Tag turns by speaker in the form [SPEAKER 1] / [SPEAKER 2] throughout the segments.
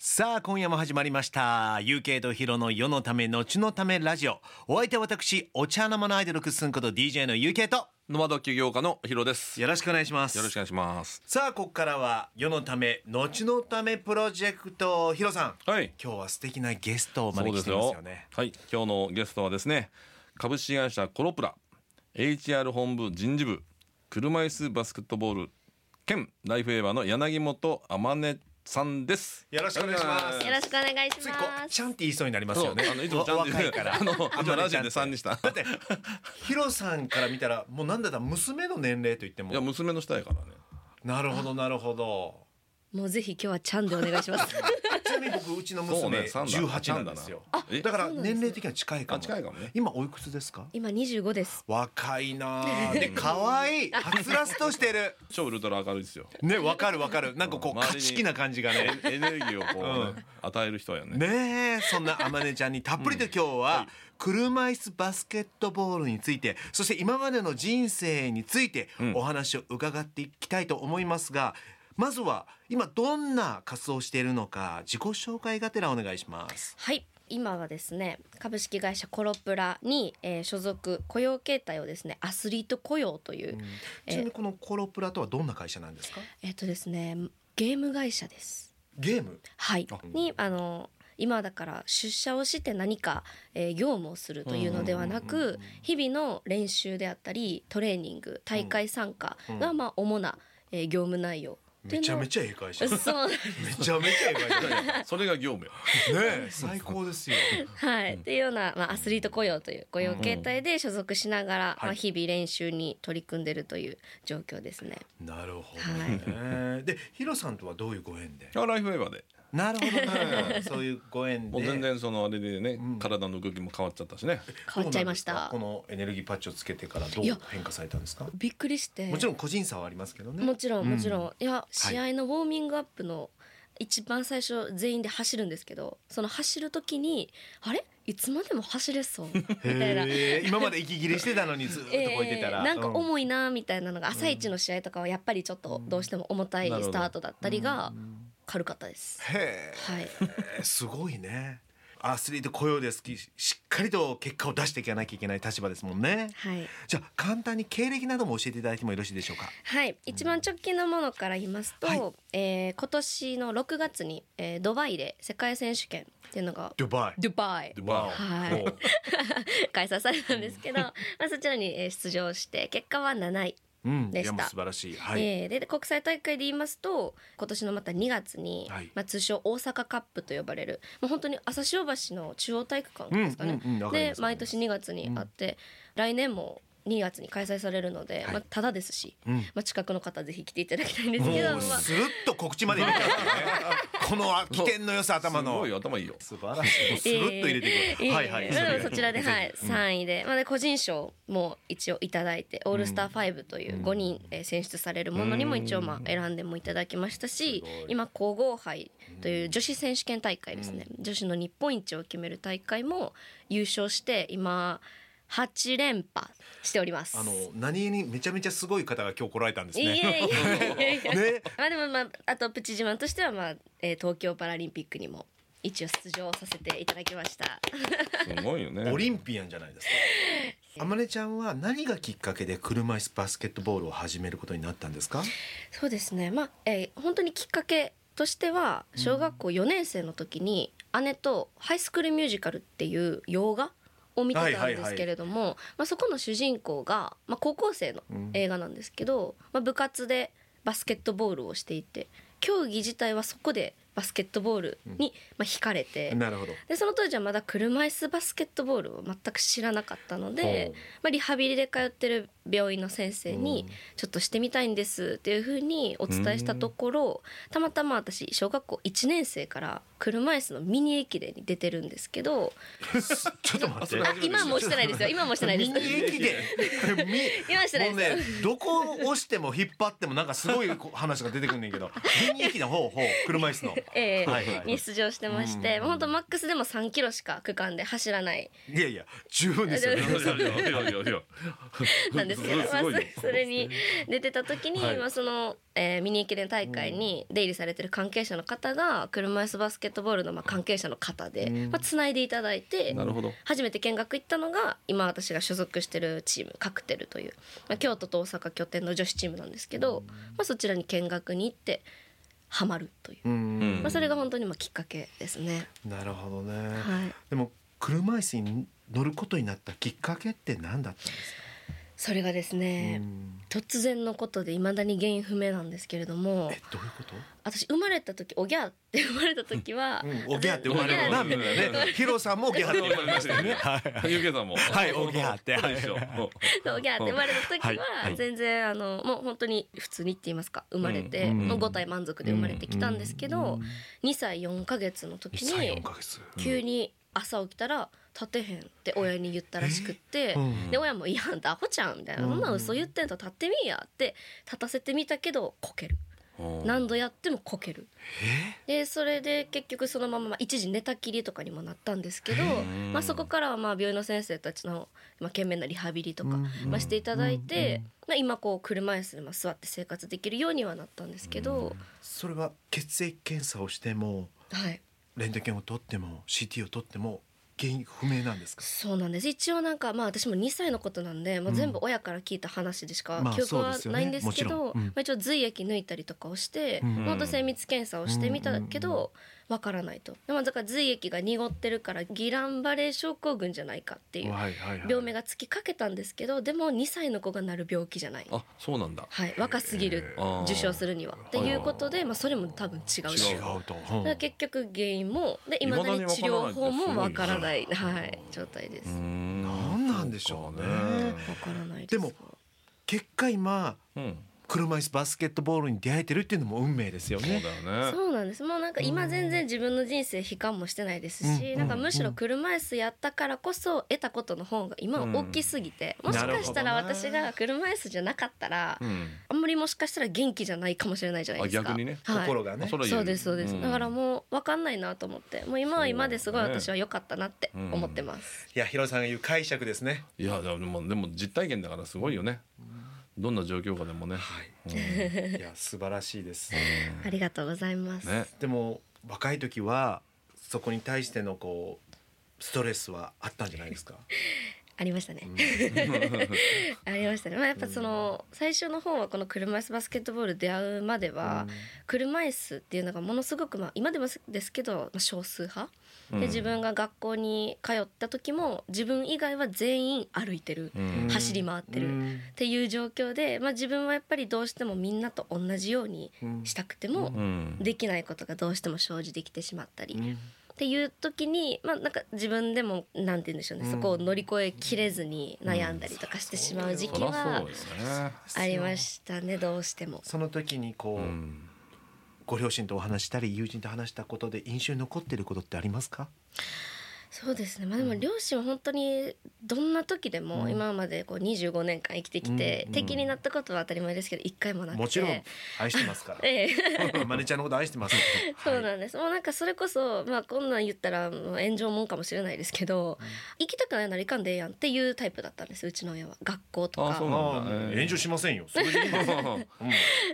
[SPEAKER 1] さあ今夜も始まりました「UK とヒロの世のため後のためラジオ」お相手は私お茶の間のアイドルくっすんこと DJ の UK と
[SPEAKER 2] ノマド起業家のヒロです。よ
[SPEAKER 1] よろしくお願いします
[SPEAKER 2] ろしくお願いします。
[SPEAKER 1] さあここからは世のため後のためプロジェクトヒロさん
[SPEAKER 2] はい。
[SPEAKER 1] 今日は素敵なゲストをお
[SPEAKER 2] そ
[SPEAKER 1] 招
[SPEAKER 2] う
[SPEAKER 1] き
[SPEAKER 2] で
[SPEAKER 1] し
[SPEAKER 2] す
[SPEAKER 1] てます
[SPEAKER 2] よ
[SPEAKER 1] よね。
[SPEAKER 2] はい。今日のゲストはですね、株式会社コロプラ HR 本部人事部車椅子バスケットボール兼ライフエーバーの柳本天音さんです。
[SPEAKER 1] よろしくお願いします
[SPEAKER 3] よろしくお願いし
[SPEAKER 1] ついこ
[SPEAKER 3] ま
[SPEAKER 1] う
[SPEAKER 3] す
[SPEAKER 1] ち。ゃんって言いそうになります
[SPEAKER 2] そ
[SPEAKER 1] よ
[SPEAKER 2] う、
[SPEAKER 1] ね
[SPEAKER 2] あのいつもちゃんと
[SPEAKER 1] わ若いから
[SPEAKER 2] あの
[SPEAKER 1] あん
[SPEAKER 2] 今
[SPEAKER 1] まり
[SPEAKER 2] ラ
[SPEAKER 1] ち
[SPEAKER 2] ジ
[SPEAKER 1] ゃ
[SPEAKER 2] オ
[SPEAKER 1] ん
[SPEAKER 2] で
[SPEAKER 1] と
[SPEAKER 2] 三にした。
[SPEAKER 1] だってヒロさんから見たらもうなんだったら娘の年齢と言っても
[SPEAKER 2] いや娘の下やからね。
[SPEAKER 1] なるほどなるほど
[SPEAKER 3] もうぜひ今日はちゃんでお願い します。
[SPEAKER 1] ちなみに僕うちの
[SPEAKER 2] そう
[SPEAKER 1] 娘
[SPEAKER 2] ね三だ
[SPEAKER 1] 十八なんですよ
[SPEAKER 2] 三だなえ
[SPEAKER 1] だから年齢的には近いかも
[SPEAKER 2] あ近いかもね
[SPEAKER 1] 今おいくつですか
[SPEAKER 3] 今25です。
[SPEAKER 1] 若いなあで可愛いはつらつとしてる
[SPEAKER 2] 超ウルトラ明るいですよ。
[SPEAKER 1] ねわかるわかるなんかこう
[SPEAKER 2] うん周りに
[SPEAKER 1] 勝ち気な感じがね
[SPEAKER 2] エエネルギーをこうね、与える人やね。
[SPEAKER 1] ねえそんなあまねちゃんにたっぷりと今日は車椅子バスケットボールについてそして今までの人生について
[SPEAKER 2] ん
[SPEAKER 1] お話を伺っていきたいと思いますがまずは今どんな活動をしているのか自己紹介がてらお願いします。
[SPEAKER 3] はい。今はですね株式会社コロプラに、えー所属雇用形態をですねアスリート雇用という、
[SPEAKER 1] ちなみにこのコロプラとはどんな会社なんですか
[SPEAKER 3] えっ、とですねゲーム会社です
[SPEAKER 1] ゲーム
[SPEAKER 3] はい
[SPEAKER 2] あ
[SPEAKER 3] にあの今だから出社をして何か、えー業務をするというのではな
[SPEAKER 1] うんうんうんうん
[SPEAKER 3] く日々の練習であったりトレーニング大会参加が、まあ、主な、えー業務内容って
[SPEAKER 1] め
[SPEAKER 3] いう
[SPEAKER 1] ちゃ
[SPEAKER 3] のを
[SPEAKER 1] めちゃええ会 社め
[SPEAKER 3] そうなんです
[SPEAKER 1] ちゃめちゃええ会社ね
[SPEAKER 2] それが業務 や。
[SPEAKER 1] え最高ですよ
[SPEAKER 3] はい、っていうような、まあ、アスリート雇用という雇用形態で所属しながら、
[SPEAKER 1] はい
[SPEAKER 3] まあ、日々練習に取り組んでるという状況ですね。
[SPEAKER 1] なるほどねでヒロさんとはどういうご縁で
[SPEAKER 2] あライフエーバーで。
[SPEAKER 1] なるほどね そういうご縁で
[SPEAKER 2] もう全然そのあれでね、
[SPEAKER 1] ん
[SPEAKER 2] 体の動きも変わっちゃったしね。
[SPEAKER 3] 変わっちゃいまし
[SPEAKER 1] どうなん
[SPEAKER 3] た
[SPEAKER 1] ですかこ。のエネルギーパッチをつけてからどう
[SPEAKER 3] いや
[SPEAKER 1] 変化されたんですか
[SPEAKER 3] びっくりして。
[SPEAKER 1] もちろん個人差はありますけどね
[SPEAKER 3] もちろん、もちろん、
[SPEAKER 1] う
[SPEAKER 3] いや、試合のウォーミングアップの。一番最初全員で走るんですけどその走る時にあれいつまでも走れ そうみたいな
[SPEAKER 1] へえ今まで息切れしてたのにずっとこう
[SPEAKER 3] え
[SPEAKER 1] 言ってたら、
[SPEAKER 3] ーなんか
[SPEAKER 1] う
[SPEAKER 3] 重いなみたいなのが朝一の試合とかはやっぱりちょっとどうしても重たいスタートだったりが軽かったです。
[SPEAKER 1] へ
[SPEAKER 3] はい
[SPEAKER 1] えすごいねアスリート雇用ですきしっかりと結果を出していかなきゃいけない立場ですもんね
[SPEAKER 3] はい
[SPEAKER 1] じゃあ簡単に経歴なども教えていただいてもよろしいでしょうか
[SPEAKER 3] はい、一番直近のものから言いますと、
[SPEAKER 1] はい
[SPEAKER 3] えー今年の6月に、えードバイで世界選手権っていうのが
[SPEAKER 1] ドバイ
[SPEAKER 3] ドバイ
[SPEAKER 2] でまあ
[SPEAKER 3] はい開催されたんですけど、 まあ、そちらにえー出場して結果は7位、
[SPEAKER 1] うん、
[SPEAKER 3] で
[SPEAKER 1] い
[SPEAKER 3] した
[SPEAKER 1] やもう素晴らしいはい、
[SPEAKER 3] えーでで国際大会で言いますと今年のまた2月に、
[SPEAKER 1] はい
[SPEAKER 3] まあ、通称大阪カップと呼ばれる、まあ、本当に朝潮橋の中央体育館ですかね、
[SPEAKER 1] うんうんうんわかりま
[SPEAKER 3] です毎年2月にあって、来年も2月に開催されるので、まあ、ただですし、
[SPEAKER 1] うん
[SPEAKER 3] まあ、近くの方ぜひ来ていただきたいんですけど、ま
[SPEAKER 1] も
[SPEAKER 3] あ
[SPEAKER 1] う、スルッと告知まで入れて ますねこの起点の良さ頭
[SPEAKER 2] す
[SPEAKER 1] の
[SPEAKER 2] ごい頭いいよ。
[SPEAKER 1] 素晴らしい。スルッと入れてく
[SPEAKER 3] ええ
[SPEAKER 1] る。はいは
[SPEAKER 3] え
[SPEAKER 1] い。
[SPEAKER 3] えまあでもそちらではい
[SPEAKER 1] うん
[SPEAKER 3] 3位で、まあで個人賞も一応いただいて、オールスター5という5人えー選出されるものにも一応まあ選んでもいただきましたし、今皇后杯という女子選手権大会ですね、女子の日本一を決める大会も優勝して今8連覇しております。
[SPEAKER 1] あの何気にめちゃめちゃすごい方が今日来られたんです
[SPEAKER 3] いやいや
[SPEAKER 1] ね。
[SPEAKER 3] いやいや。
[SPEAKER 1] ね、
[SPEAKER 3] まあでもまああとプチ自慢としてはまあ、えー東京パラリンピックにも一応出場させていただきました。
[SPEAKER 2] すごいよね。
[SPEAKER 1] オリンピアンじゃないです か。あまねちゃんは何がきっかけで車椅子バスケットボールを始めることになったんですか。
[SPEAKER 3] そうですね、まあえー本当にきっかけとしては小学校4年生の時に姉と「ハイスクールミュージカル」っていう洋画を見てたんですけれども、まあ、そこの主人公が、まあ、高校生の映画なんですけど、まあ、部活でバスケットボールをしていて競技自体はそこでバスケットボールに、まあ、惹かれて。
[SPEAKER 1] なるほど。
[SPEAKER 3] でその当時はまだ車椅子バスケットボールを全く知らなかったので
[SPEAKER 1] ほう、
[SPEAKER 3] まあ、リハビリで通ってる病院の先生に
[SPEAKER 1] うん
[SPEAKER 3] 「ちょっとしてみたいんです」っていうふうにお伝えしたところたまたま私小学校1年生から車椅子のミニ駅伝に出てるんですけど
[SPEAKER 1] ちょっと待って。
[SPEAKER 3] あ今はもうしてないですよ今はもうしてないで
[SPEAKER 1] ミ
[SPEAKER 3] す
[SPEAKER 1] ニ。駅で。み
[SPEAKER 3] 今はしてない
[SPEAKER 1] もうね
[SPEAKER 3] です、
[SPEAKER 1] どこを押しても引っ張ってもなんかすごい話が出てくんねんけど、ミニ駅の方、ほう、車椅子の。
[SPEAKER 3] えー
[SPEAKER 1] はいはい
[SPEAKER 3] に出場してまして、まあ本当マックスでも3キロしか区間で走らない
[SPEAKER 1] いやいや十分ですよね
[SPEAKER 3] いやいや
[SPEAKER 2] いやいやいやいや
[SPEAKER 3] なんですけど、
[SPEAKER 2] す
[SPEAKER 3] まあ、
[SPEAKER 2] ごいね
[SPEAKER 3] そそれに出てた時に、
[SPEAKER 2] はい
[SPEAKER 3] まあ、その、えーミニ駅伝大会に出入りされてる関係者の方が車椅子バスケットボールのまあ関係者の方で、
[SPEAKER 1] うん
[SPEAKER 3] まあ、つないでいただいて
[SPEAKER 2] なるほど。
[SPEAKER 3] 初めて見学行ったのが今私が所属してるチームカクテルという、まあ、京都と大阪拠点の女子チームなんですけど、まあ、そちらに見学に行ってハマるという、
[SPEAKER 1] うん
[SPEAKER 3] まあ、それが本当にまあきっかけですね。
[SPEAKER 1] なるほどね、
[SPEAKER 3] はい
[SPEAKER 1] でも車椅子に乗ることになったきっかけって何だったんですか、
[SPEAKER 3] それがですね、
[SPEAKER 1] うん
[SPEAKER 3] 突然のことでいまだに原因不明なんですけれども
[SPEAKER 1] えどういうこと
[SPEAKER 3] 私生まれた時おぎゃーって生まれた時は、
[SPEAKER 1] うんおぎゃーって生まれるな
[SPEAKER 2] お
[SPEAKER 1] み
[SPEAKER 2] ぎゃ
[SPEAKER 1] ん
[SPEAKER 2] ー
[SPEAKER 1] なねヒロさんもおぎゃーって生まれましたよね
[SPEAKER 2] ゆうけいさんも。
[SPEAKER 1] はいおぎゃーって
[SPEAKER 2] そうでしょ
[SPEAKER 3] そうギャーって生まれた時
[SPEAKER 1] はいは
[SPEAKER 3] はい全然あのもう本当に普通にって言いますか生まれて、
[SPEAKER 1] うん
[SPEAKER 3] もう5体満足で生まれてきたんですけど、
[SPEAKER 1] うん
[SPEAKER 3] 2歳4ヶ月の時
[SPEAKER 1] 1歳4
[SPEAKER 3] に
[SPEAKER 1] ヶ月
[SPEAKER 3] 急に朝起きたら立てへんって親に言ったらしくって、
[SPEAKER 1] うん
[SPEAKER 3] で親も「いやあんたアホちゃん」みたいな
[SPEAKER 1] う
[SPEAKER 3] 「
[SPEAKER 1] ん
[SPEAKER 3] そんな嘘言ってんと立ってみいや」って立たせてみたけどこける
[SPEAKER 2] お
[SPEAKER 3] 何度やってもこけるでそれで結局そのまままあ一時寝たきりとかにもなったんですけど、
[SPEAKER 2] ん
[SPEAKER 3] まあ、そこからはまあ病院の先生たちのまあ懸命なリハビリとか、
[SPEAKER 1] うん
[SPEAKER 3] まあ、していただい
[SPEAKER 1] うん
[SPEAKER 3] て、まあ、今こう車椅子でまあ座って生活できるようにはなったんですけど、
[SPEAKER 1] それは血液検査をしても
[SPEAKER 3] はい、
[SPEAKER 1] レントゲンを取っても CT を取っても原因不明なんですか
[SPEAKER 3] そうなんです一応なんかまあ私も2歳のことなんで、まあ、全部親から聞いた話でしか
[SPEAKER 1] まあ
[SPEAKER 3] 記憶
[SPEAKER 1] そう
[SPEAKER 3] は
[SPEAKER 1] ですよね
[SPEAKER 3] ないんですけ
[SPEAKER 1] も
[SPEAKER 3] ど
[SPEAKER 1] ちろんうん
[SPEAKER 3] まあ一応髄液抜いたりとかをして
[SPEAKER 1] うん
[SPEAKER 3] 本当精密検査をしてみたけ
[SPEAKER 1] うんうん
[SPEAKER 3] どわからないと。でまあだから髄液が濁ってるからギランバレー症候群じゃないかっていう
[SPEAKER 1] はいはいはい
[SPEAKER 3] 病名がつきかけたんですけどでも2歳の子がなる病気じゃない。
[SPEAKER 2] あ、そうなんだ。
[SPEAKER 3] はい、若すぎる
[SPEAKER 2] あー
[SPEAKER 3] 受賞するにはっていうことで、まあ、それも多分違うし
[SPEAKER 1] 違うと、う
[SPEAKER 3] だから結局原因もで未だに治療法もわからないはい、状態です。わ
[SPEAKER 2] ん
[SPEAKER 1] 何なんでしょうね
[SPEAKER 3] からないです
[SPEAKER 1] でも結果今
[SPEAKER 2] うん。
[SPEAKER 1] 車椅子バスケットボールに出会えてるっていうのも運命ですよ
[SPEAKER 2] そうだ
[SPEAKER 1] ね。
[SPEAKER 2] よね。
[SPEAKER 3] そうなんですもうなんか今全然自分の人生悲観もしてないですし、
[SPEAKER 1] うん
[SPEAKER 3] なんかむしろ車椅子やったからこそ得たことの方が今は大きすぎて、
[SPEAKER 1] うん
[SPEAKER 3] もしかしたら
[SPEAKER 1] なるほど
[SPEAKER 3] 私
[SPEAKER 1] な
[SPEAKER 3] が車椅子じゃなかったら、
[SPEAKER 2] うん。
[SPEAKER 3] あんまりもしかしたら元気じゃないかもしれないじゃないですか。
[SPEAKER 2] あ逆にね
[SPEAKER 3] はい
[SPEAKER 1] 心がね
[SPEAKER 2] あ。れは言
[SPEAKER 3] そうですそうです、
[SPEAKER 2] ん
[SPEAKER 3] だからもう分かんないなと思ってもう今は今ですごい
[SPEAKER 2] そうだね
[SPEAKER 3] 私は良かったなって思ってます、
[SPEAKER 1] いや、ヒロさんが言う解釈ですね。
[SPEAKER 2] いやでもでも実体験だからすごいよね。どんな状況下でもね。
[SPEAKER 1] はい。
[SPEAKER 2] う
[SPEAKER 1] い
[SPEAKER 2] ん
[SPEAKER 1] や、素晴らしいです。
[SPEAKER 3] ありがとうございます、
[SPEAKER 2] ね。
[SPEAKER 1] でも、若い時は、そこに対してのこう。ストレスはあったんじゃないですか。
[SPEAKER 3] ありましたね、 ありましたね、まあ、やっぱその最初の方はこの車椅子バスケットボール出会うまでは車椅子っていうのがものすごくまあ今でもですけどまあ少数派
[SPEAKER 2] うん
[SPEAKER 3] で自分が学校に通った時も自分以外は全員歩いてる
[SPEAKER 2] うん
[SPEAKER 3] 走り回ってる
[SPEAKER 1] うん
[SPEAKER 3] っていう状況で、まあ、自分はやっぱりどうしてもみんなと同じようにしたくても
[SPEAKER 2] うん。
[SPEAKER 3] できないことがどうしても生じてきてしまったり
[SPEAKER 1] う
[SPEAKER 3] っ
[SPEAKER 1] ん
[SPEAKER 3] ていう時に、まあ、なんか自分でもなんて言うんでしょうね、
[SPEAKER 1] うん
[SPEAKER 3] そこを乗り越えきれずに悩んだりとかしてしまう時
[SPEAKER 2] そ
[SPEAKER 3] 期
[SPEAKER 2] りゃそう
[SPEAKER 3] は
[SPEAKER 2] よね。
[SPEAKER 3] ありましたねどうしても。
[SPEAKER 1] その時にこう、
[SPEAKER 2] うん。
[SPEAKER 1] ご両親とお話したり友人と話したことで印象に残っていることってありますか、
[SPEAKER 3] そうですね、まあ、でも両親は本当にどんな時でも今までこう25年間生きてきて、
[SPEAKER 1] うん
[SPEAKER 3] 敵になったことは当たり前ですけど一回もなくて
[SPEAKER 1] もちろん愛してますか
[SPEAKER 3] ええ
[SPEAKER 1] らマネちゃんのこと愛してます
[SPEAKER 3] そうなんです、もうなんかそれこそ、まあ、こんなん言ったらもう炎上もんかもしれないですけど、行きたくないなら行かんでええやんっていうタイプだったんですうちの親は学校と
[SPEAKER 2] あ
[SPEAKER 3] か
[SPEAKER 2] そう
[SPEAKER 1] ああ
[SPEAKER 2] うん
[SPEAKER 1] 炎上しませんよそれでいいんですようん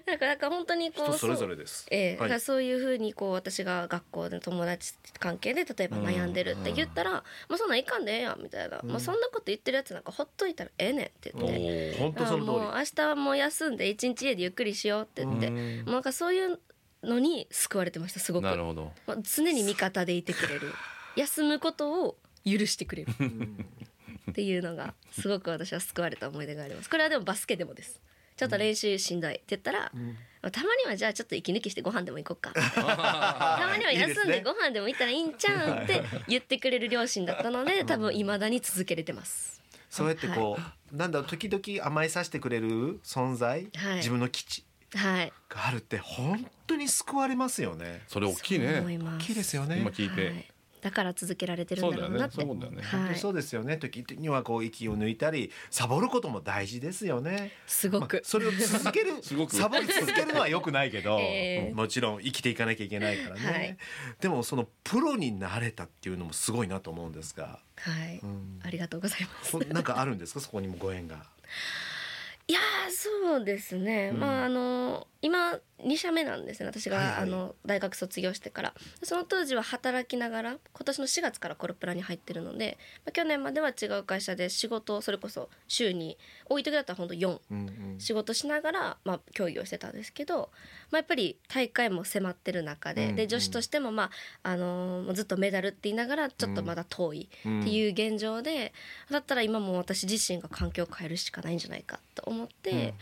[SPEAKER 3] なんかなんか本当にこう
[SPEAKER 1] 人それぞ
[SPEAKER 3] そう
[SPEAKER 1] れです
[SPEAKER 3] ええ
[SPEAKER 1] は
[SPEAKER 3] だか
[SPEAKER 1] い
[SPEAKER 3] らそういうふうにこう私が学校で友達関係で例えば悩んでるって言ったら「もうそんなん行かんでええやん」みたいな、もうそんなこと言ってるやつなんかほっといたらええねん」って 言
[SPEAKER 2] お
[SPEAKER 3] って。
[SPEAKER 2] ー
[SPEAKER 1] 本当
[SPEAKER 3] あ
[SPEAKER 1] そ
[SPEAKER 3] もう
[SPEAKER 1] の通
[SPEAKER 3] 明日はもう休んで一日家でゆっくりしようって言って、もうなんかそういうのに救われてましたすごく
[SPEAKER 2] なるほ ど。
[SPEAKER 3] まあ、常に味方でいてくれる休むことを許してくれるっていうのがすごく私は救われた思い出がありますこれはでもバスケでもですちょっと練習しんどいって言ったら、まあたまにはじゃあちょっと息抜きしてご飯でも行こうかたまにはい
[SPEAKER 1] いです
[SPEAKER 3] 休ん
[SPEAKER 1] ね
[SPEAKER 3] でご飯でも行ったらいいんちゃうんって言ってくれる両親だったので多分未だに続けれてます
[SPEAKER 1] りそうやってこうなんだろう時々甘えさせてくれる存在
[SPEAKER 3] はい
[SPEAKER 1] 自分の基地
[SPEAKER 3] はい
[SPEAKER 1] があるって本当に救われますよね
[SPEAKER 2] それ大きい
[SPEAKER 3] そう思い
[SPEAKER 2] ね。
[SPEAKER 3] ま
[SPEAKER 1] 大
[SPEAKER 3] す
[SPEAKER 1] きいですよね
[SPEAKER 2] 今聞い
[SPEAKER 3] は
[SPEAKER 2] て
[SPEAKER 3] い。だから続けられてるんだろうなって。
[SPEAKER 2] そうだよねそういうことだ
[SPEAKER 1] 本
[SPEAKER 3] は
[SPEAKER 1] 当
[SPEAKER 3] い。
[SPEAKER 1] そうですよね時にはこう息を抜いたりサボることも大事ですよね
[SPEAKER 3] すご
[SPEAKER 1] まあ
[SPEAKER 3] く。
[SPEAKER 1] それを続け る
[SPEAKER 2] すごく
[SPEAKER 1] サボり続けるのは良くないけど、
[SPEAKER 3] ええ
[SPEAKER 1] もちろん生きていかなきゃいけないからね、
[SPEAKER 3] はい
[SPEAKER 1] でもそのプロになれたっていうのもすごいなと思うんですが、
[SPEAKER 3] はい。
[SPEAKER 1] うん
[SPEAKER 3] ありがとうございます
[SPEAKER 1] こ。なんかあるんですかそこにもご縁が。
[SPEAKER 3] いやーそうですね、
[SPEAKER 1] うん
[SPEAKER 3] まああの今2社目なんですね私が、
[SPEAKER 1] はいはい
[SPEAKER 3] あの大学卒業してからその当時は働きながら今年の4月からコロプラに入ってるので、まあ、去年までは違う会社で仕事をそれこそ週に多い時だったらほんと4
[SPEAKER 1] うんうん
[SPEAKER 3] 仕事しながら、まあ、競技をしてたんですけど、まあ、やっぱり大会も迫ってる中で,、
[SPEAKER 1] うんう
[SPEAKER 3] で
[SPEAKER 1] ん
[SPEAKER 3] 女子としても、まああのーずっとメダルって言いながらちょっとまだ遠い
[SPEAKER 1] うん
[SPEAKER 3] っていう現状で、だったら今もう私自身が環境を変えるしかないんじゃないかと思って、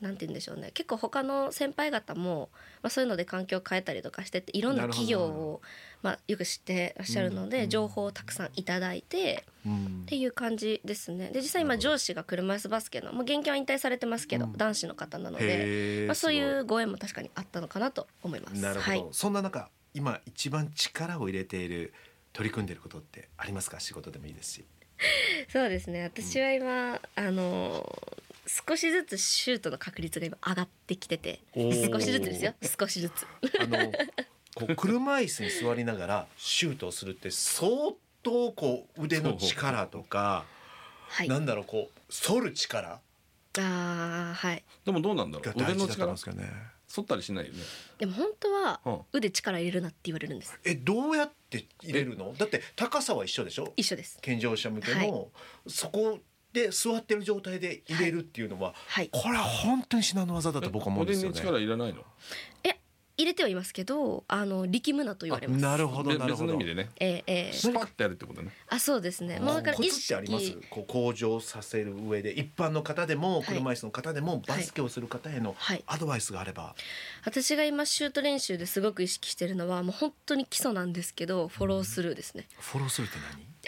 [SPEAKER 3] なんて言うんでしょうね結構他の先輩方も、まあ、そういうので環境を変えたりとかしてっていろんな企業
[SPEAKER 1] なるほどなる
[SPEAKER 3] を、まあ、よく知ってらっしゃるの
[SPEAKER 1] うんう
[SPEAKER 3] で
[SPEAKER 1] ん
[SPEAKER 3] 情報をたくさんいただいて。
[SPEAKER 1] うん
[SPEAKER 3] っていう感じですねで実際
[SPEAKER 1] なる
[SPEAKER 3] 今
[SPEAKER 1] ほど
[SPEAKER 3] 上司が車椅子バスケのもう現役は引退されてますけど、
[SPEAKER 1] うん
[SPEAKER 3] 男子の方なので、
[SPEAKER 1] へえ
[SPEAKER 3] まあ、そうい
[SPEAKER 1] す
[SPEAKER 3] うご縁も確かにあったのかなと思いま
[SPEAKER 1] ごい
[SPEAKER 3] す。
[SPEAKER 1] なるほど、
[SPEAKER 3] はい、
[SPEAKER 1] そんな中今一番力を入れている取り組んでいることってありますか仕事でもいいですし。
[SPEAKER 3] そうですね私は今、あのー少しずつシュートの確率が今上がってきてて
[SPEAKER 2] おー
[SPEAKER 3] 少しずつですよ少しずつ
[SPEAKER 1] あのこ う車椅子に座りながらシュートをするって相当こう腕の力とか、
[SPEAKER 3] はい
[SPEAKER 1] なんだろうこう反る力
[SPEAKER 3] あーはい
[SPEAKER 2] でもどうなんだろ
[SPEAKER 1] が
[SPEAKER 2] う腕
[SPEAKER 1] 大
[SPEAKER 2] の
[SPEAKER 1] 事だからで
[SPEAKER 2] 力
[SPEAKER 1] すかね。
[SPEAKER 2] 反ったりしないよね
[SPEAKER 3] でも本当は
[SPEAKER 2] うん
[SPEAKER 3] 腕力入れるなって言われるんです
[SPEAKER 1] えどうやって入れるの？だって高さは一緒でしょ？
[SPEAKER 3] 一緒です
[SPEAKER 1] 健常者向けの、
[SPEAKER 3] はい
[SPEAKER 1] そこで座ってる状態で入れるっていうのは、
[SPEAKER 3] はい
[SPEAKER 1] これは本当に至難の技だと僕は思うんですよ
[SPEAKER 2] え
[SPEAKER 1] ね。
[SPEAKER 2] 腕に力いらないの
[SPEAKER 3] え入れてはいますけどあの力むなと言われます
[SPEAKER 1] なるほど
[SPEAKER 2] べ
[SPEAKER 1] なる
[SPEAKER 2] 別
[SPEAKER 1] ほ
[SPEAKER 2] の
[SPEAKER 1] ど
[SPEAKER 2] 意味。でね
[SPEAKER 3] えーえー
[SPEAKER 2] スパッてやるってことね
[SPEAKER 3] あそうですねもうだから
[SPEAKER 1] コ
[SPEAKER 3] 意
[SPEAKER 1] ツってあります
[SPEAKER 3] 識
[SPEAKER 1] こう向上させる上で一般の方でも
[SPEAKER 3] い
[SPEAKER 1] 車椅子の方でもバスケをする方への
[SPEAKER 3] はい
[SPEAKER 1] アドバイスがあれば、
[SPEAKER 3] 私が今シュート練習ですごく意識してるのはもう本当に基礎なんですけどフォロースルーですね。
[SPEAKER 1] フォローするって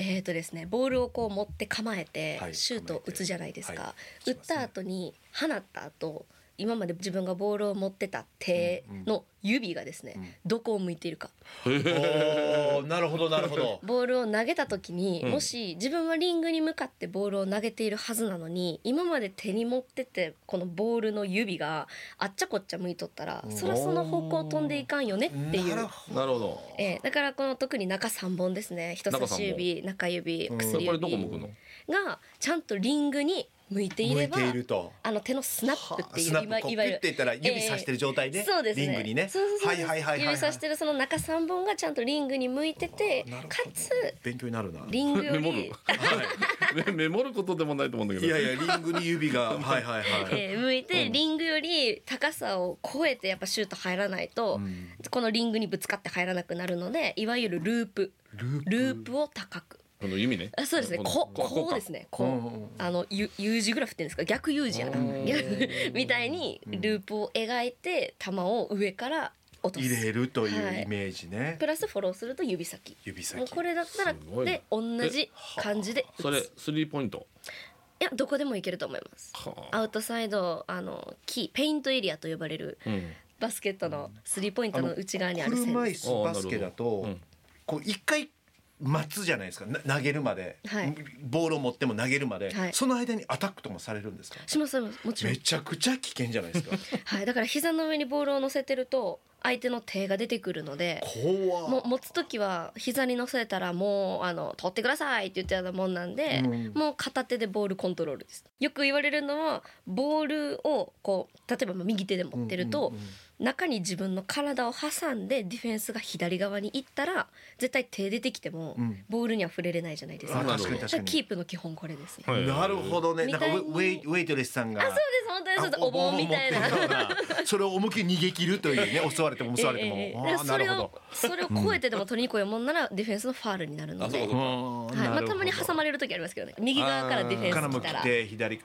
[SPEAKER 3] えーとですねボールをこう持って構えて
[SPEAKER 1] はい
[SPEAKER 3] シュートを打つじゃないですか、
[SPEAKER 1] 構えてはい
[SPEAKER 3] 打った後に放った後今まで自分がボールを持ってた手の指がですね、
[SPEAKER 1] うん
[SPEAKER 3] どこを向いているか
[SPEAKER 1] 何？おーなるほどなるほど。
[SPEAKER 3] ボールを投げた時に、
[SPEAKER 2] うん
[SPEAKER 3] もし自分はリングに向かってボールを投げているはずなのに今まで手に持っててこのボールの指があっちゃこっちゃ向いとったら、そりゃその方向飛んでいかんよね っていう
[SPEAKER 1] なるほど。
[SPEAKER 2] なるほど
[SPEAKER 3] ええだからこの特に中3本ですね人差し指中指
[SPEAKER 1] うん
[SPEAKER 3] 薬
[SPEAKER 2] これどこ向く
[SPEAKER 3] 指
[SPEAKER 2] の
[SPEAKER 3] がちゃんとリングに向いてい
[SPEAKER 1] 向
[SPEAKER 3] れ
[SPEAKER 1] い
[SPEAKER 3] ば
[SPEAKER 1] ていると。
[SPEAKER 3] あの手のスナップっていう
[SPEAKER 1] はあス
[SPEAKER 3] い
[SPEAKER 1] ナ
[SPEAKER 3] わ
[SPEAKER 1] ップこうピ
[SPEAKER 3] い
[SPEAKER 1] ュ
[SPEAKER 3] わゆ
[SPEAKER 1] ッ
[SPEAKER 3] る
[SPEAKER 1] て言ったら指さしてる状態で、
[SPEAKER 3] そうですね
[SPEAKER 1] リングにね。
[SPEAKER 3] そうそうそう
[SPEAKER 1] はいはいはいはい、はい。
[SPEAKER 3] 指さしてるその中3本がちゃんとリングに向いてて
[SPEAKER 1] なるほど
[SPEAKER 3] かつ
[SPEAKER 1] 勉強になるな。は
[SPEAKER 3] リングよ
[SPEAKER 2] メモる
[SPEAKER 3] り、
[SPEAKER 2] メメモることでもないと思うんだけ
[SPEAKER 1] い
[SPEAKER 2] ど
[SPEAKER 1] やいやリングに指がはいはいはい。
[SPEAKER 3] ええ向いてリングより高さを超えてやっぱシュート入らないと、
[SPEAKER 1] ん
[SPEAKER 3] このリングにぶつかって入らなくなるのでいわゆるループ
[SPEAKER 1] ループ
[SPEAKER 3] ループを高く
[SPEAKER 2] この指ね
[SPEAKER 3] あそうですね。こ
[SPEAKER 2] ここ
[SPEAKER 3] こう
[SPEAKER 2] か
[SPEAKER 3] ですね。
[SPEAKER 1] う
[SPEAKER 3] こ
[SPEAKER 1] んうんうん
[SPEAKER 3] うあのゆ U 字グラフって言うんですか。逆 U 字やな
[SPEAKER 2] あー。
[SPEAKER 3] 逆みたいにループを描いて球を上から落と
[SPEAKER 1] 入れ
[SPEAKER 3] す。
[SPEAKER 1] ると
[SPEAKER 3] は
[SPEAKER 1] いう
[SPEAKER 3] い
[SPEAKER 1] イメージね。
[SPEAKER 3] プラスフォローすると指先。
[SPEAKER 1] 指先。
[SPEAKER 3] もうこれだったら
[SPEAKER 2] すごいな
[SPEAKER 3] で同じ感じで打つ。
[SPEAKER 2] それ
[SPEAKER 3] い
[SPEAKER 2] スリーポイント
[SPEAKER 3] やどこでもいけると思います。
[SPEAKER 2] はあ
[SPEAKER 3] アウトサイドあのキーペイントエリアと呼ばれる
[SPEAKER 2] うん
[SPEAKER 3] バスケットのスリーポイントの内側にある線
[SPEAKER 1] 車
[SPEAKER 3] で
[SPEAKER 1] 椅
[SPEAKER 3] す。
[SPEAKER 1] 子バスケだと、
[SPEAKER 2] うん
[SPEAKER 1] こう一回待つじゃないですかな投げるまで、
[SPEAKER 3] はい
[SPEAKER 1] ボールを持っても投げるまで、
[SPEAKER 3] はい
[SPEAKER 1] その間にアタックともされるんですか
[SPEAKER 3] しますしますもちろん
[SPEAKER 1] め。ちゃくちゃ危険じゃないですか
[SPEAKER 3] はいだから膝の上にボールを乗せてると相手の手が出てくるので。
[SPEAKER 1] 怖
[SPEAKER 3] もう持つ時は膝に乗せたらもうあの取ってくださいって言ったようなもんなんで、
[SPEAKER 1] うん
[SPEAKER 3] もう片手でボールコントロールですよく言われるのはボールをこう例えば右手で持ってると、
[SPEAKER 1] うんうん
[SPEAKER 3] 中に自分の体を挟んでディフェンスが左側に行ったら絶対手出てきても、
[SPEAKER 1] うん
[SPEAKER 3] ボールには触れれないじゃないです
[SPEAKER 1] あ
[SPEAKER 3] か。
[SPEAKER 2] なるほ
[SPEAKER 1] 確
[SPEAKER 2] ど
[SPEAKER 1] かに
[SPEAKER 3] だ
[SPEAKER 1] 確か
[SPEAKER 3] か
[SPEAKER 1] ら
[SPEAKER 3] キ
[SPEAKER 1] に
[SPEAKER 3] ープの基本これですね。
[SPEAKER 2] はい
[SPEAKER 1] なるほどね
[SPEAKER 3] み
[SPEAKER 1] なん
[SPEAKER 3] た
[SPEAKER 1] か
[SPEAKER 3] いに
[SPEAKER 1] ウェイウェイトレスさんが
[SPEAKER 3] あそうです本当にちょっとお
[SPEAKER 1] あ
[SPEAKER 3] 盆みたいな。
[SPEAKER 1] お盆を持ってるようなそれを思いっきり逃げ切るというね襲われても襲われても、
[SPEAKER 3] ええええ
[SPEAKER 1] あ
[SPEAKER 3] ええ
[SPEAKER 1] ー
[SPEAKER 3] そ
[SPEAKER 1] なる
[SPEAKER 3] れ
[SPEAKER 1] ほ
[SPEAKER 3] を
[SPEAKER 1] ど
[SPEAKER 3] それを超えてでも取りに来ようもんならディフェンスのファールになるの
[SPEAKER 2] あそう
[SPEAKER 3] で
[SPEAKER 2] かそうか
[SPEAKER 3] はい、まあ、たまに挟ま
[SPEAKER 1] れ
[SPEAKER 3] れる時ありますけどね右側からディフェンス来たらで
[SPEAKER 1] て左で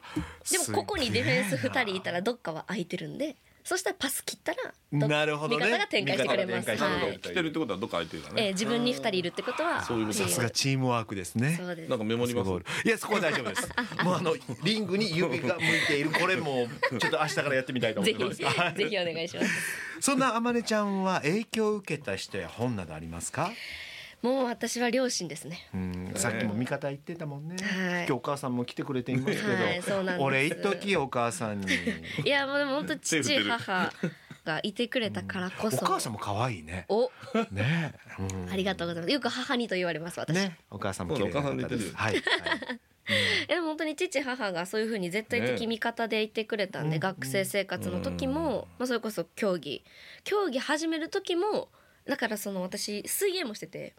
[SPEAKER 3] もここにディフェンス2人いたらどっかは空いてるんでそしたらパス切ったらどっ
[SPEAKER 1] なるほどね
[SPEAKER 3] 味方が展開してくれます、
[SPEAKER 1] 味方が展開してく
[SPEAKER 3] は
[SPEAKER 1] れる
[SPEAKER 3] い
[SPEAKER 2] 来てるってことはどっか空いてるから
[SPEAKER 3] えー
[SPEAKER 2] ね
[SPEAKER 3] 自分に2人いるってことは
[SPEAKER 2] そういうこと
[SPEAKER 3] えー
[SPEAKER 1] さすがチームワークですね
[SPEAKER 3] そうです
[SPEAKER 2] なんかメモります
[SPEAKER 1] いやそこは大丈夫 です。もうあのリングに指が向いているこれもちょっと明日からやってみたいと思
[SPEAKER 3] ぜ
[SPEAKER 1] います。
[SPEAKER 3] ひ ぜひお願いします
[SPEAKER 1] そんなあまねちゃんは影響を受けた人や本などありますか？
[SPEAKER 3] もう私は両親ですね。
[SPEAKER 1] うんさっきも味方言ってたもんね、
[SPEAKER 3] は
[SPEAKER 1] 今
[SPEAKER 3] い
[SPEAKER 1] 日お母さんも来てくれていますけど、
[SPEAKER 3] はいそうなんです
[SPEAKER 1] 俺一時お母さんに
[SPEAKER 3] いやもうでも本当
[SPEAKER 2] 手振って
[SPEAKER 3] 父
[SPEAKER 2] る
[SPEAKER 3] 母がいてくれたからこ
[SPEAKER 1] お
[SPEAKER 3] そ。
[SPEAKER 1] 母さんも可愛いね
[SPEAKER 3] お
[SPEAKER 1] ね、うん
[SPEAKER 3] ありがとうございます。よく母にと言われます私。
[SPEAKER 1] ねお母さんも綺麗な方です
[SPEAKER 2] お
[SPEAKER 1] はい、はい
[SPEAKER 3] えでも本当に父母がそういうふうに絶対的味方でいてくれたんで、
[SPEAKER 1] ね
[SPEAKER 3] 学生生活の時も、まあ、それこそ競技競技始める時もだからその私水泳もしてて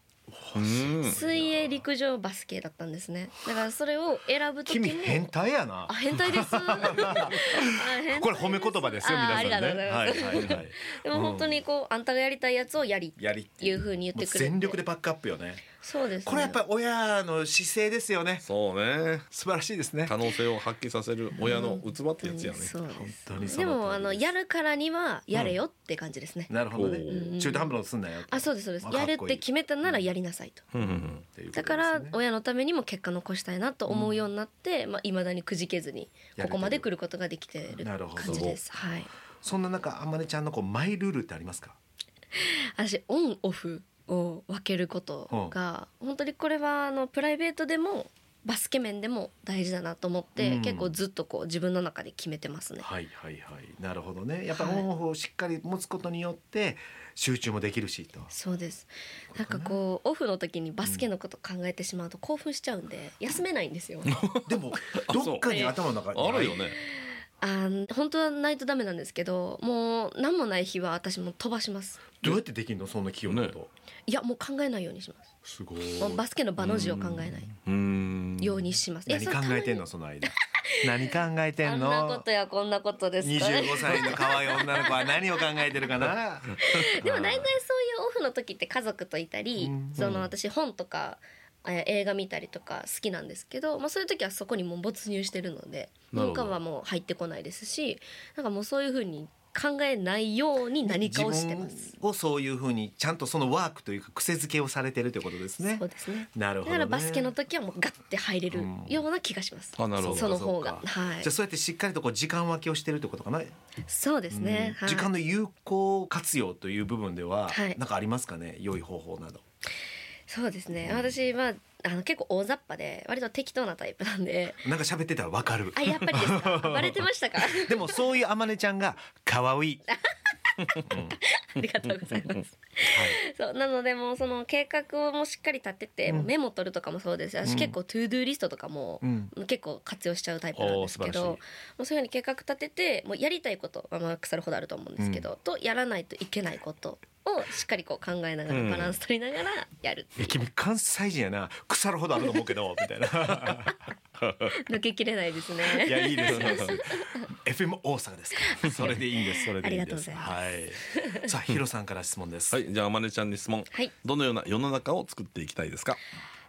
[SPEAKER 2] うん
[SPEAKER 3] 水泳陸上バスケだったんですねだからそれを選ぶ時も
[SPEAKER 1] 君変態やな
[SPEAKER 3] あ変態 ですあ変態
[SPEAKER 1] これ褒め言葉ですよ
[SPEAKER 3] あ
[SPEAKER 1] 皆さんね
[SPEAKER 3] ありがとうございま
[SPEAKER 1] はい
[SPEAKER 3] す、
[SPEAKER 1] はいはい
[SPEAKER 3] でも本当にこうあんたがやりたいやつをやり
[SPEAKER 1] やり
[SPEAKER 3] っていうふうに言ってくれて
[SPEAKER 1] 全力でバックアップよね
[SPEAKER 3] そうです、ね、
[SPEAKER 1] これやっぱり親の姿勢ですよね
[SPEAKER 2] そうね。
[SPEAKER 1] 素晴らしいですね
[SPEAKER 2] 可能性を発揮させる親の器ってやつやね。
[SPEAKER 3] そうです
[SPEAKER 1] 本当にそ
[SPEAKER 3] で
[SPEAKER 1] の通り
[SPEAKER 3] もあのやるからにはやれよって感じですね、
[SPEAKER 1] なるほど
[SPEAKER 2] おー
[SPEAKER 1] ね中途半端なことすんなよ
[SPEAKER 3] あそうですそうです
[SPEAKER 1] まあ
[SPEAKER 3] やる
[SPEAKER 1] かっ
[SPEAKER 3] っ
[SPEAKER 1] こい
[SPEAKER 3] て
[SPEAKER 1] い
[SPEAKER 3] 決めたならやりなさいと、
[SPEAKER 2] うんうんうん
[SPEAKER 1] っていうこと
[SPEAKER 3] だから親のためにも結果残したいなと思うようになって、まあ未だにくじけずに
[SPEAKER 1] やれてる
[SPEAKER 3] ここまで来ることができてる
[SPEAKER 1] なるほど
[SPEAKER 3] 感じですはい
[SPEAKER 1] そんな中あまねちゃんのこうマイルールってありますか
[SPEAKER 3] 私オンオフを分けることが本当にこれはあのプライベートでもバスケ面でも大事だなと思って、
[SPEAKER 1] うん
[SPEAKER 3] 結構ずっとこう自分の中で決めてますね
[SPEAKER 1] はいはいはいなるほどねやっぱ
[SPEAKER 3] はい
[SPEAKER 1] オンオフをしっかり持つことによって集中もできるしと
[SPEAKER 3] そうです
[SPEAKER 1] こ
[SPEAKER 3] な
[SPEAKER 1] とか
[SPEAKER 3] ん
[SPEAKER 1] な
[SPEAKER 3] かこうオフの時にバスケのこと考えてしまうと興奮しちゃうんで休めない んですよ
[SPEAKER 1] でも
[SPEAKER 2] あそう
[SPEAKER 1] どっかに頭の中に
[SPEAKER 2] あるよね。
[SPEAKER 3] あー本当はないとダメなんですけどもう何もない日は私も飛ばします
[SPEAKER 1] どうやってできるのそんな器用なこと、
[SPEAKER 3] いやもう考えないようにします
[SPEAKER 1] すご
[SPEAKER 3] もう
[SPEAKER 1] い
[SPEAKER 3] バスケの場の字を考えない
[SPEAKER 2] うん。
[SPEAKER 3] ようにします、いや
[SPEAKER 1] 何
[SPEAKER 3] それ
[SPEAKER 1] 考
[SPEAKER 3] たまに
[SPEAKER 1] えてんのその間何考えて
[SPEAKER 3] あ
[SPEAKER 1] ん
[SPEAKER 3] んな
[SPEAKER 1] の
[SPEAKER 3] ことやこんなことですかね
[SPEAKER 1] 25歳の可愛い女の子は何を考えてるかな
[SPEAKER 3] でも大体そういうオフの時って家族といたり、
[SPEAKER 1] うん
[SPEAKER 3] その私本とかえー映画見たりとか好きなんですけど、まあ、そういう時はそこにもう没入してるので
[SPEAKER 2] なる
[SPEAKER 3] 文
[SPEAKER 2] ほど
[SPEAKER 3] 化はもう入ってこないですしなんかもうそういうふうに考えないように何かをしてます。
[SPEAKER 1] 自分をそういうふうにちゃんとそのワークというか癖づけをされてるということですね
[SPEAKER 3] そうですね
[SPEAKER 1] なる
[SPEAKER 3] だ
[SPEAKER 1] ほど、
[SPEAKER 3] か
[SPEAKER 1] ね、
[SPEAKER 3] らバスケの時はもうガッて入れるような気がします。
[SPEAKER 2] あなるほど
[SPEAKER 3] その方が
[SPEAKER 1] そうか
[SPEAKER 3] はい
[SPEAKER 1] じゃあ。そうやってしっかりとこう時間分けをしてるってことかな、
[SPEAKER 3] そうですね。
[SPEAKER 1] うん
[SPEAKER 3] はい
[SPEAKER 1] 時間の有効活用という部分では
[SPEAKER 3] はい
[SPEAKER 1] 何かありますかね、良い方法など
[SPEAKER 3] そうですね。私はあの結構大雑把で割と適当なタイプなんで、
[SPEAKER 1] なんか喋ってたらわかる
[SPEAKER 3] あやっぱりですか。バレてましたか。
[SPEAKER 1] でもそういうあまねちゃんが可愛い
[SPEAKER 3] ありがとうございます。そうなのでもうその計画をもうしっかり立てて、
[SPEAKER 1] うん
[SPEAKER 3] メモ取るとかもそうですし私結構トゥードゥーリストとかも、
[SPEAKER 1] うん
[SPEAKER 3] 結構活用しちゃうタイプなんですけ
[SPEAKER 1] おー素晴らしい
[SPEAKER 3] どもうそういうふうに計画立ててもうやりたいことはまあ腐るほどあると思うんですけど、とやらないといけないことをしっかりこう考えながら、
[SPEAKER 2] うん
[SPEAKER 3] バランス取りながらやる
[SPEAKER 1] え君関西人やな腐るほどあると思うけ どみたいな
[SPEAKER 3] 抜けきれないです
[SPEAKER 1] い
[SPEAKER 3] ね。
[SPEAKER 1] やいい ですね FM 大阪ですからそれでいいんですそれでいいんです
[SPEAKER 3] ありが
[SPEAKER 1] はいさあヒロさんから質問です、
[SPEAKER 2] はい、じゃあ、あまねちゃんに質問。
[SPEAKER 3] はい
[SPEAKER 2] どのような世の中を作っていきたいですか。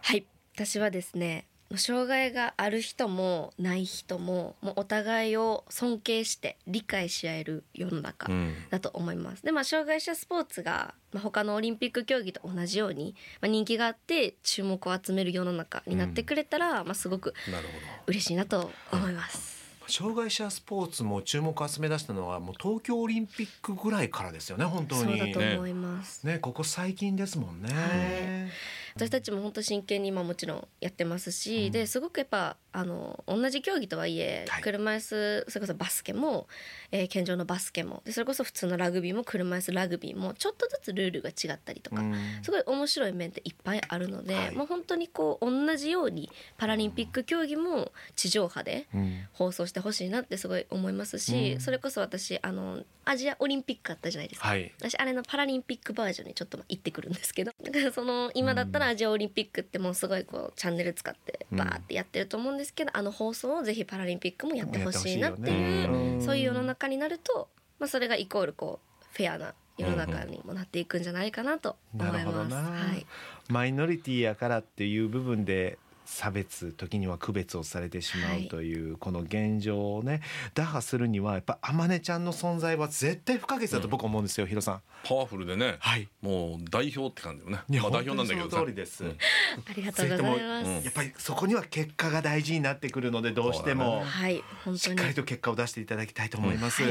[SPEAKER 3] はい私はですねもう障害がある人もない人ももうお互いを尊敬して理解し合える世の中
[SPEAKER 2] うん。
[SPEAKER 3] だと思います。でまあ障害者スポーツが、まあ、他のオリンピック競技と同じように、まあ、人気があって注目を集める世の中になってくれたら、まあ、すごく
[SPEAKER 2] なる
[SPEAKER 3] 嬉しいなと思います。
[SPEAKER 1] 障害者スポーツも注目を集め出したのはもう東京オリンピックぐらいからですよね本当
[SPEAKER 3] そう
[SPEAKER 1] に
[SPEAKER 3] だと思います、
[SPEAKER 1] ねここ最近ですもんね、
[SPEAKER 3] は私たちも本当真剣に今もちろんやってますし、ですごくやっぱあの同じ競技とはいえ、
[SPEAKER 1] はい
[SPEAKER 3] 車椅子それこそバスケも、えー健常のバスケもでそれこそ普通のラグビーも車椅子ラグビーもちょっとずつルールが違ったりとか、
[SPEAKER 1] うん
[SPEAKER 3] すごい面白い面っていっぱいあるので、
[SPEAKER 1] はい
[SPEAKER 3] もう本当にこう同じようにパラリンピック競技も地上波で
[SPEAKER 1] うん
[SPEAKER 3] 放送してほしいなってすごい思いますし、
[SPEAKER 1] うん
[SPEAKER 3] それこそ私あのアジアオリンピックあったじゃないですか。
[SPEAKER 1] はい
[SPEAKER 3] 私あれのパラリンピックバージョンにちょっと行ってくるんですけど だからその今だったらアジアオリンピックってもうすごいこうチャンネル使ってバーってやってると思うんですけど、あの放送をぜひパラリンピックもやってほしいなってい
[SPEAKER 1] や
[SPEAKER 3] う
[SPEAKER 1] ってほしいよねうん
[SPEAKER 3] そういう世の中になると、まあ、それがイコールこうフェアな世の中にもなっていくんじゃないかなと思い
[SPEAKER 1] なるほど
[SPEAKER 3] ます。
[SPEAKER 1] な、
[SPEAKER 3] はい、
[SPEAKER 1] マイノリティやからっていう部分で差別時には区別をされてしま
[SPEAKER 3] は
[SPEAKER 1] う
[SPEAKER 3] い
[SPEAKER 1] という、この現状をね打破するにはやっぱあまねちゃんの存在は絶対不可欠だと僕思うんですよ、ヒロさん
[SPEAKER 2] ほど。パワフルでね。
[SPEAKER 1] はい
[SPEAKER 2] もう代表って感じよね。
[SPEAKER 1] いや
[SPEAKER 2] まあ、代表なんだけど
[SPEAKER 1] 本当にその
[SPEAKER 2] さ
[SPEAKER 1] 通り。です、
[SPEAKER 2] うん
[SPEAKER 3] ありがとうござ
[SPEAKER 2] ぜひ
[SPEAKER 3] いま
[SPEAKER 2] とも
[SPEAKER 3] す。
[SPEAKER 1] やっぱりそこには結果が大事になってくるのでどうしても、
[SPEAKER 3] はい、本
[SPEAKER 1] し
[SPEAKER 3] 当
[SPEAKER 1] っ
[SPEAKER 3] に
[SPEAKER 1] か。りと結果を出していただきたいと思います、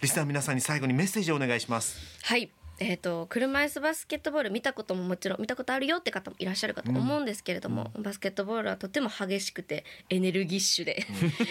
[SPEAKER 1] リスナーの皆さんに最後にメッセージをお願いします
[SPEAKER 3] はい。えー、と車椅子バスケットボール見たことももちろん見たことあるよって方もいらっしゃるかと思うんですけれども、バスケットボールはとても激しくてエネルギッシュで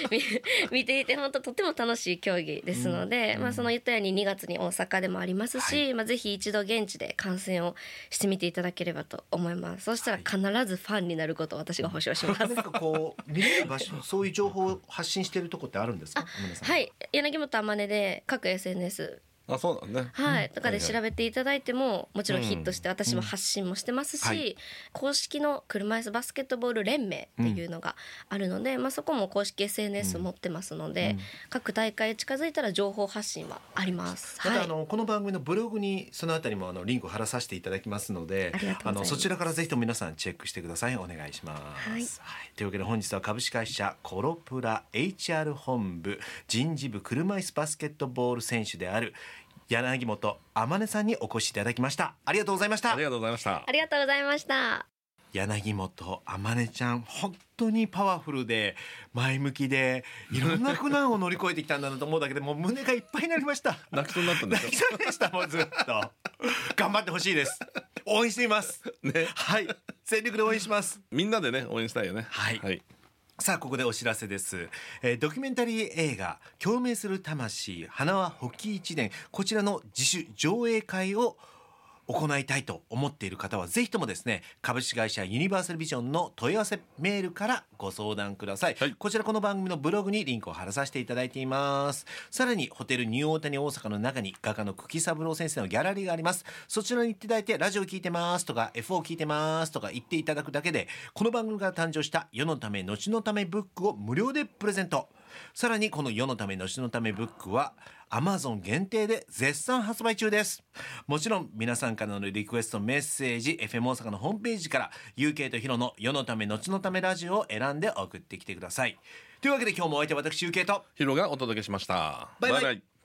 [SPEAKER 3] 見ていて本当とても楽しい競技ですので、まあ、その言ったように2月に大阪でもありますし、まあ、ぜひ一度現地で観戦をしてみていただければと思いますそしたら必ずファンになることを私が保証します。
[SPEAKER 1] な んかこう見れる場所そういう情報を発信してるとこってあるんですか皆さん
[SPEAKER 3] はい柳本天音で各 SNS
[SPEAKER 2] あそうなんだね
[SPEAKER 3] はい、とかで調べていただいてももちろんヒットして私も発信もしてますし、
[SPEAKER 1] うんはい
[SPEAKER 3] 公式の車椅子バスケットボール連盟っていうのがあるので、まあ、そこも公式 SNS を持ってますので、各大会近づいたら情報発信はあります。
[SPEAKER 1] また
[SPEAKER 3] は
[SPEAKER 1] あ
[SPEAKER 3] い
[SPEAKER 1] の、この番組のブログにそのあたりもあのリンクを貼らさせていただきますので
[SPEAKER 3] ありがとうございます
[SPEAKER 1] のそちらからぜひとも皆さんチェックしてくださいお願いします、
[SPEAKER 3] はい
[SPEAKER 1] というわけで本日は株式会社コロプラ HR 本部人事部車椅子バスケットボール選手である柳本天音さんにお越しいただきましたありがとうございました
[SPEAKER 2] ありがとうございました
[SPEAKER 3] ありがとうございました。
[SPEAKER 1] 柳本天音ちゃん本当にパワフルで前向きでいろんな苦難を乗り越えてきたんだなと思うだけでもう胸がいっぱいになりました
[SPEAKER 2] 泣きそうになったんです
[SPEAKER 1] 泣
[SPEAKER 2] よ
[SPEAKER 1] きそうでしたもうずっと頑張ってほしいです応援しています
[SPEAKER 2] ね
[SPEAKER 1] はい全力で応援します
[SPEAKER 2] みんなでね応援したいよね
[SPEAKER 1] はい
[SPEAKER 2] はい、
[SPEAKER 1] さあここでお知らせです、えードキュメンタリー映画「共鳴する魂花は補給一年」こちらの自主上映会を行いたいと思っている方はぜひともですね株式会社ユニバーサルビジョンの問い合わせメールからご相談ください、
[SPEAKER 2] はい
[SPEAKER 1] こちらこの番組のブログにリンクを貼らさせていただいていますさらにホテルニューオータニ大阪の中に画家の久喜三郎先生のギャラリーがありますそちらに行っていただいてラジオ聞いてますとか FO 聞いてますとか言っていただくだけでこの番組が誕生した世のため後のためブックを無料でプレゼントさらにこの世のため後のためブックは Amazon 限定で絶賛発売中ですもちろん皆さんからのリクエストメッセージ FM 大阪のホームページから UK とヒロの世のため後のためラジオを選んで送ってきてくださいというわけで今日もお相手は私 UK と
[SPEAKER 2] ヒロがお届けしました
[SPEAKER 1] バイバイ